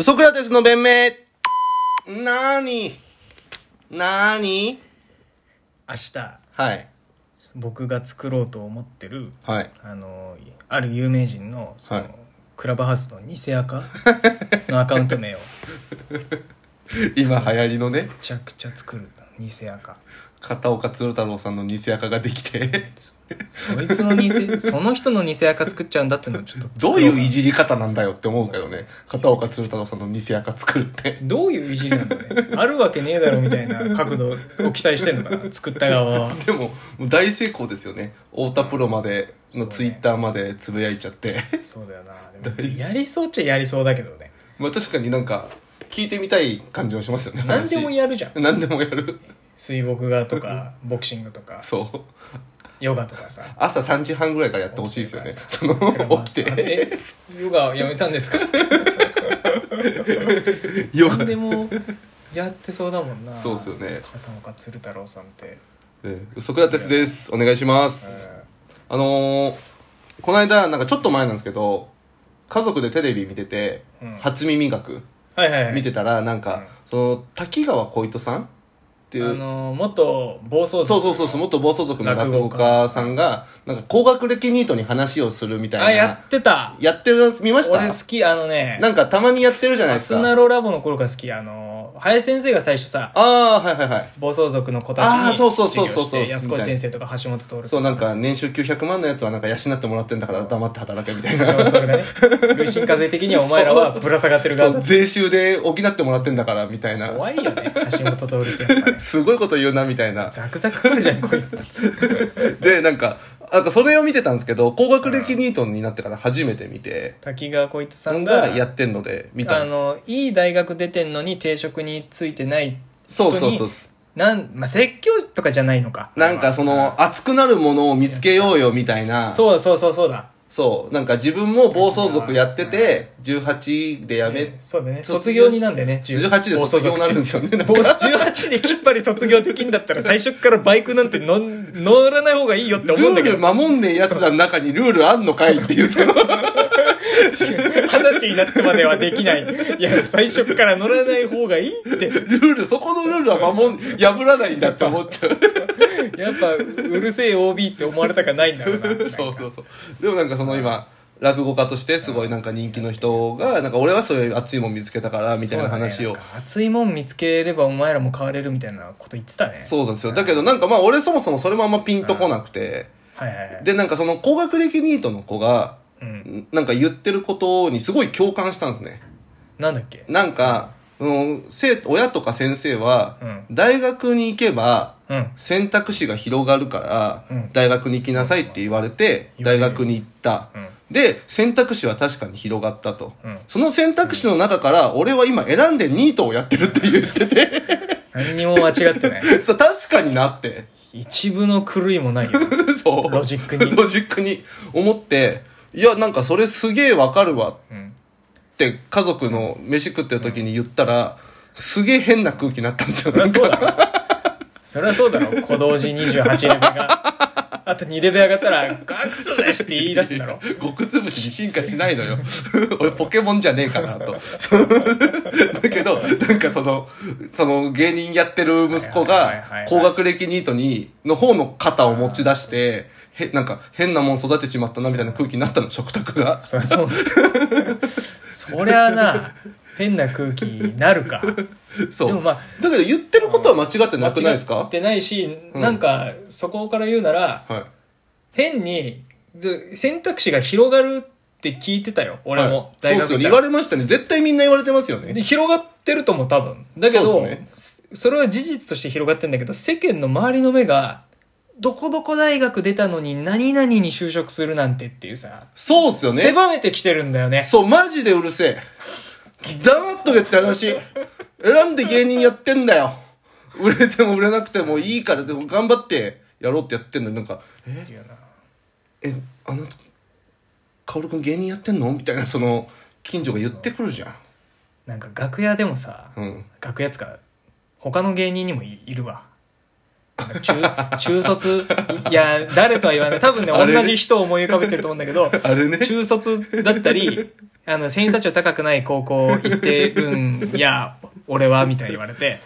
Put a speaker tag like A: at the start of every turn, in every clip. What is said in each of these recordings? A: ソクラテスの弁明なーになーに
B: 明日
A: はい。
B: 僕が作ろうと思ってる
A: はい。
B: あのある有名人のその、
A: はい
B: クラブハウスの偽アカのアカウント名をめ
A: 今流行りのね、
B: ちゃくちゃ作ると偽アカ
A: 片岡鶴太郎さんの偽垢ができて、
B: そいつの偽その人の偽アカ作っちゃうんだっていうのをちょっと
A: どういういじ
B: じ
A: り方なんだよって思うけどね。片岡鶴太郎さんの偽垢作るって。
B: どういういじりなんだろうねあるわけねえだろみたいな角度を期待してんのかな作った側は
A: でも、もう大成功ですよね。太田プロまでのツイッターまでつぶやいちゃって。
B: そうだよなでもやりそうっちゃやりそうだけどね
A: まあ確かになんか、聞いてみたい感じもしますよね。
B: 何でもやるじゃん
A: る。何でもやる。
B: 水墨画とかボクシングとか
A: そう。
B: ヨガとかさ
A: 朝3時半ぐらいからやってほしいですよ ね。その、起き
B: あ
A: て。
B: れえヨガやめた んですか
A: よ
B: 何でもやってそうだもんな
A: そうっすよね
B: 片岡鶴太郎さんって、
A: えソクラテスです。お願いします。あのー、この間、なんかちょっと前なんですけど、家族でテレビ見てて、
B: うん
A: 初耳学
B: はいはいはい
A: 見てたら、なんか、その、滝川小糸さんっていう、
B: あのー元暴走族
A: そうそうそうそう、元暴走族の落語家さんが、なんか高学歴ニートに話をするみたいな。
B: あやってた
A: やってるの見ました
B: 俺好きあのね
A: なんかたまにやってるじゃない
B: ア
A: です
B: ス
A: か。
B: ナ
A: あ
B: ロラボの頃から好きあのー林先生が最初さ
A: あー、はいはいはい。
B: 暴走族の子たち
A: あー
B: に
A: そうそうそうそうそう
B: 授業して安越先生とか橋本徹とか
A: そう、なんか年収900万のやつはなんか養ってもらってんだから黙って働けみたいな。
B: 橋本 徹がね累進課税的にはお前らはぶら下がってる
A: そ
B: 側
A: う
B: だ
A: 税収で補ってもらってんだからみたいな
B: 怖いよね橋本徹ってやっぱね
A: すごいこと言うなみたいな
B: ザクザク来るじゃんこいつ
A: でなんかなんかそれを見てたんですけど高学歴ニートになってから初めて見て
B: 滝川浩一さん
A: が
B: が
A: やってんので見た
B: あ
A: んです
B: のいい大学出てんのに定職についてない
A: そ
B: 人に
A: うそうそう
B: なん、まあ、説教とかじゃないのか
A: なんかその熱くなるものを見つけようよみたいな
B: そうそうそうそうだ
A: そうなんか自分も暴走族やってて18でやめ
B: ねそうだね卒業になんだよね
A: 18で卒業になるんですよねなん
B: 暴
A: か
B: 走族って18できっぱり卒業できんだったら最初からバイクなんて乗ん乗らない方がいいよって思うんだけ
A: ルール
B: ど
A: 守んねえやつらの中にルールあんのかいっていうその
B: 二十歳になってまではできないいや最初から乗らない方がいいって
A: ルールそこのルールは守ん破らないんだって思っちゃ う
B: やっぱうるせえ OB って思われたかないんだろうななんか
A: そうそうそうでもなんかその今落語家としてすごいなんか人気の人がなんか俺はそういう熱いもん見つけたからみたいな話を
B: そうだねなんか熱いもん見つければお前らも変われるみたいなこと言ってたね
A: そうなんですよだけどなんかまあ俺そもそもそれもあんまピンとこなくて
B: はいはいはい
A: でなんかその高学歴ニートの子が
B: うん、
A: なんか言ってることにすごい共感したんですね
B: なんだっけ
A: なんかその生親とか先生は
B: う
A: 大学に行けば
B: うん
A: 選択肢が広がるか
B: う
A: ら
B: ん
A: 大学に行きなさいって言われて
B: うん
A: 大学に行った
B: うん
A: で選択肢は確かに広がったと
B: うん
A: その選択肢の中から俺は今選んでニートをやってるって言ってて
B: 何にも間違ってない
A: そう確かになって
B: 一部の狂いもないよ
A: そう
B: ロジックに
A: ロジックに思っていやなんかそれすげえわかるわ
B: うん
A: って家族の飯食ってる時に言ったらすげえ変な空気になったんですよ
B: そりゃそうだろそりゃそうだろ小同時28レベルがあと2レベル上がったらガクツブシって言い出すん だろ
A: 極つぶしに進化しないのよ 俺ポケモンじゃねえかなと だけどなんかそのその芸人やってる息子
B: はいはい
A: が
B: はいはい
A: 高学歴ニートにの方の肩を持ち出してへなんか変なもん育てちまったなみたいな空気になったの食卓が
B: そりゃそうそりゃな変な空気になるか
A: そう
B: でもまあ
A: だけど言ってることは間違ってなくないです
B: 間違
A: か
B: ってないし、
A: うん
B: なんかそこから言うなら
A: はい
B: 変にず選択肢が広がるって聞いてたよ俺も、
A: はい
B: 大
A: そうっすよね
B: 学か
A: 言
B: ら
A: われましたね絶対みんな言われてますよ
B: で
A: ね
B: 広がってるとも多分だけ
A: そ
B: ど
A: うですね
B: それは事実として広がってんだけど世間の周りの目がどこどこ大学出たのに何々に就職するなんてっていうさ、
A: そうっすよね
B: 狭めてきてるんだよね
A: そう、マジでうるせえ。黙っとけって話。選んで芸人やってんだよ。売れても売れなくてもいいから、でも頑張ってやろうってやってんのになんか、え、
B: っていうな
A: え、あなた、カオルくん芸人やってんのみたいな、その、近所が言ってくるじゃん。
B: なんか楽屋でもさ、
A: うん。
B: 楽屋つか他の芸人にもいいるわ中、 中卒、いや、誰とは言わない。多分ね、
A: あれ
B: 同じ人を思い浮かべてると思うんだけど、
A: あれね
B: 中卒だったり、あ の、偏差値の高くない高校行ってるんや、俺は、みたいに言われて、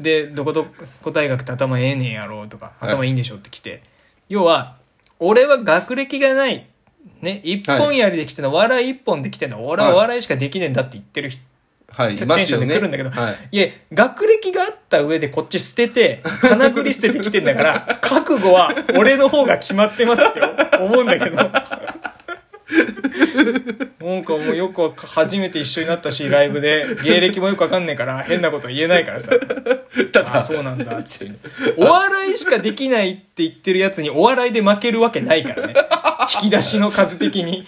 B: で、どこどこ大学って頭ええねんやろうとか、
A: はい
B: 頭いいんでしょって来て、要は、俺は学歴がない、ね、一本やりで来てんの、笑い一本で来てんの、俺は笑いしかできねえんだって言ってる人、
A: はい、
B: テ
A: い
B: ン
A: ま
B: シ
A: す
B: ョ
A: よ
B: ンで
A: ね。
B: 来るんだけど、
A: はい。
B: い、や、学歴があった上でこっち捨てて、金繰り捨ててきてんだ から、覚悟は俺の方が決まってますって思うんだけど。なんかもうよく初めて一緒になったし、ライブで、芸歴もよくわかんねえから、変なことは言えないからさ。
A: た
B: ああ、
A: だ、
B: そうなん だ、つってお笑いしかできないって言ってるやつにお笑いで負けるわけない からね。引き出しの数的 に。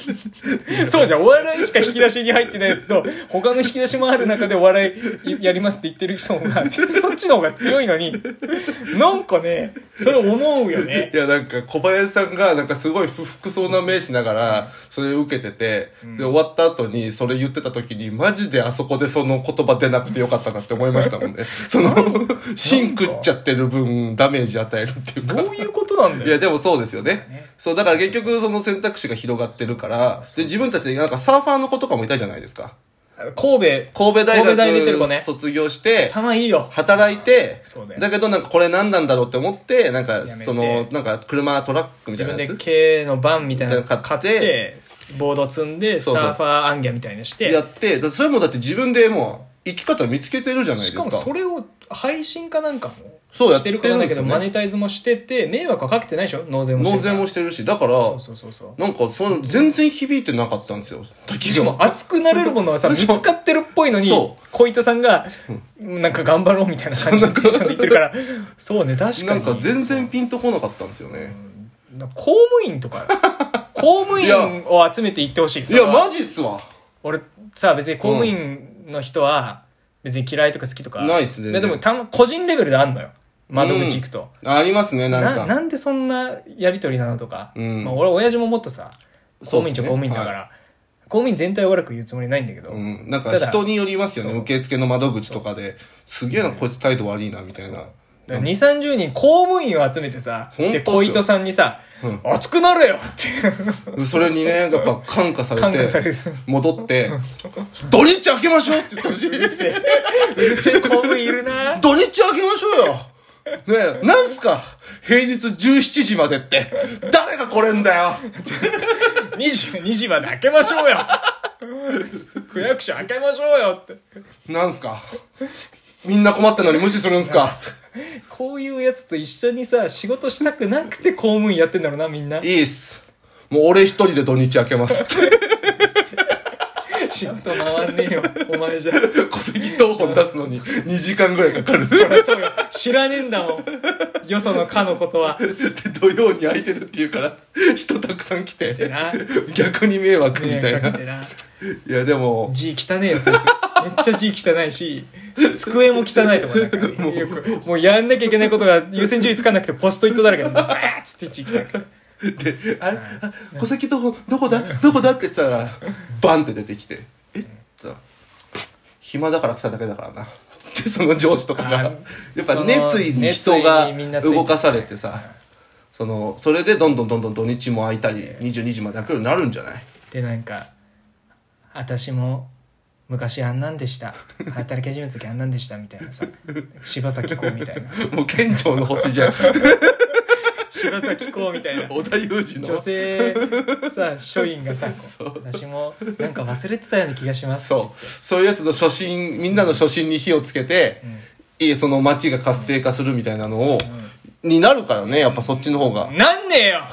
B: そうじゃん、お笑いしか引き出しに入ってないやつと、他の引き出しもある中でお笑いやりますって言ってる人の方が、絶対そっちの方が強いのに、なんかね、それ思うよね
A: い。や、なんか、小林さんが、なんか、すごい不服そうな目しながら、それを受けてて、で、終わった後に、それ言ってた時に、マジであそこでその言葉出なくてよかったなって思いましたもん ね。その、芯食っちゃってる分、ダメージ与えるっていうか。
B: どういうことなんだ
A: いや、
B: よ。
A: でもそうですよね。そう、だから結局、その選択肢が広がってるから、で、自分たちで、なんか、サーファーの子とかもいたじゃないですか。
B: 神戸、
A: 神戸大
B: 神戸大出てる子
A: 学
B: ね
A: 卒業して、
B: たまいいよ。
A: 働いて
B: そうだ、よ
A: だけどなんかこれ何なんだろうって思って、なん
B: め
A: か
B: て
A: その、なんか車、トラックみた
B: 自
A: い
B: 分
A: なや
B: で
A: つ。
B: K のバンみたいなの買
A: 買
B: っ
A: ってて、
B: ボード積んで、サ
A: そうそう
B: ーファーアンギャみたいにして。
A: やって、だそれもだって自分でもう生き方見つけてるじゃないです
B: し
A: か。
B: かもそれを配信かなんかも
A: そうや
B: し
A: って
B: て
A: る
B: る
A: ん
B: か
A: です
B: ら
A: よね
B: だけどマネタイズもしてて迷惑はかけてないでしょ納税もして
A: 納
B: るから
A: 税もしてるし、だから、
B: そうそうそうそう
A: なんかその全然響いてなかったんですよ。
B: しかも熱くなれるものはさ見
A: そう
B: つかってるっぽいのに
A: そ
B: 小糸さんがなんか頑張ろうみたいな感じのテンションで言ってるからそうね確か
A: な
B: に
A: んか全然ピンとこなかったんですよね。
B: なんか公務員とか公務員を集めて行ってほしい
A: い
B: それ
A: や、
B: は
A: マジっすわ。
B: 俺さ別に公務員の人は別に嫌いとか好きとか
A: ないっすね
B: でもたま個人レベルであんのよ窓口行くと、
A: ありますね、なん
B: な
A: か。
B: なんでそんなやりとりなのとか、
A: うん
B: まあ、俺親父ももっとさ公
A: そう
B: 務
A: っすね
B: 員じゃ公務員だから、公務員全体を悪く言うつもりないんだけど、
A: うん、なん
B: た
A: か
B: だ
A: 人によりますよね
B: そう
A: 受付の窓口とかですげえなこいつ態度悪いなみたいな
B: だから2 3 0人公務員を集めてさ
A: ほんと
B: で
A: っすよ
B: 小糸さんにさ「
A: うん
B: 熱くなれよ!」って
A: それにねやっぱ感化され
B: 感化
A: て
B: される
A: 戻って「ドリッチ開けましょう!」って言ってほし いう
B: るせえうるせえ公務員いるな
A: 土日開けましょうよねえ、なんすか平日17時までって。誰が来れんだよ
B: 22時まで開けましょうよ区役所開けましょうよって
A: なんすかみんな困ってんのに無視するんすか
B: こういうやつと一緒にさ仕事したくなくて公務員やってんだろうなみんない
A: いっす。もう俺一人で土日開けますって。
B: 仕事回んねえよお前じゃ
A: 戸籍謄本出すのに2時間ぐらいかかるっす。
B: そりゃそうよ知らねえんだもんよそのかのことは
A: で土曜に空いてるって言うから人たくさん来て
B: てな
A: 逆に迷惑み
B: 迷
A: た
B: 惑
A: い
B: か
A: な
B: けてない
A: やでも
B: 字汚ねえよそいつめっちゃ字汚いし机も汚いと思うなんかよく もうやんなきゃいけないことが優先順位つかなくてポストイットだらけでバーッつって字汚くて
A: で「あれあ戸籍どこどこだどこだ?」って言ってたらバンって出てきて「えっ?」と暇だから来ただけだからな」つってその上司とかが
B: あ
A: や
B: ー
A: っぱ
B: その
A: 熱意に人
B: 熱
A: が
B: 意にみんなついて
A: 動かされてさそのそれでどんどんどんどん土日も空いたり22時まで開くようになるんじゃない
B: でなんか「私も昔あんなんでした働き始めた時あんなんでした」みたいなさ柴咲コウみたいな
A: もう県庁の星 じゃん
B: 柴咲コウみたいな
A: 織田裕二の
B: 女性さ署員がさこう私もなんか忘れてたような気がします
A: そうそういうやつの初心みんなの初心に火をつけて、いいその街が活性化するみたいなのを、になるからねやっぱそっちの方が、
B: なんねえよ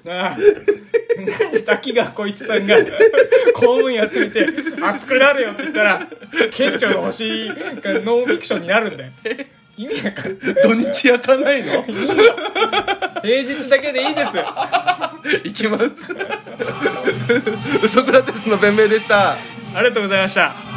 B: なあなんで滝川こいつさんが公務員集めて熱くなるよって言ったら県庁の星がノンフィクションになるんだよ意味わかんない
A: 土日焼かないの
B: 平日だけでいいですあ
A: 行きます ウソクラテスの弁明でした
B: りがとうございました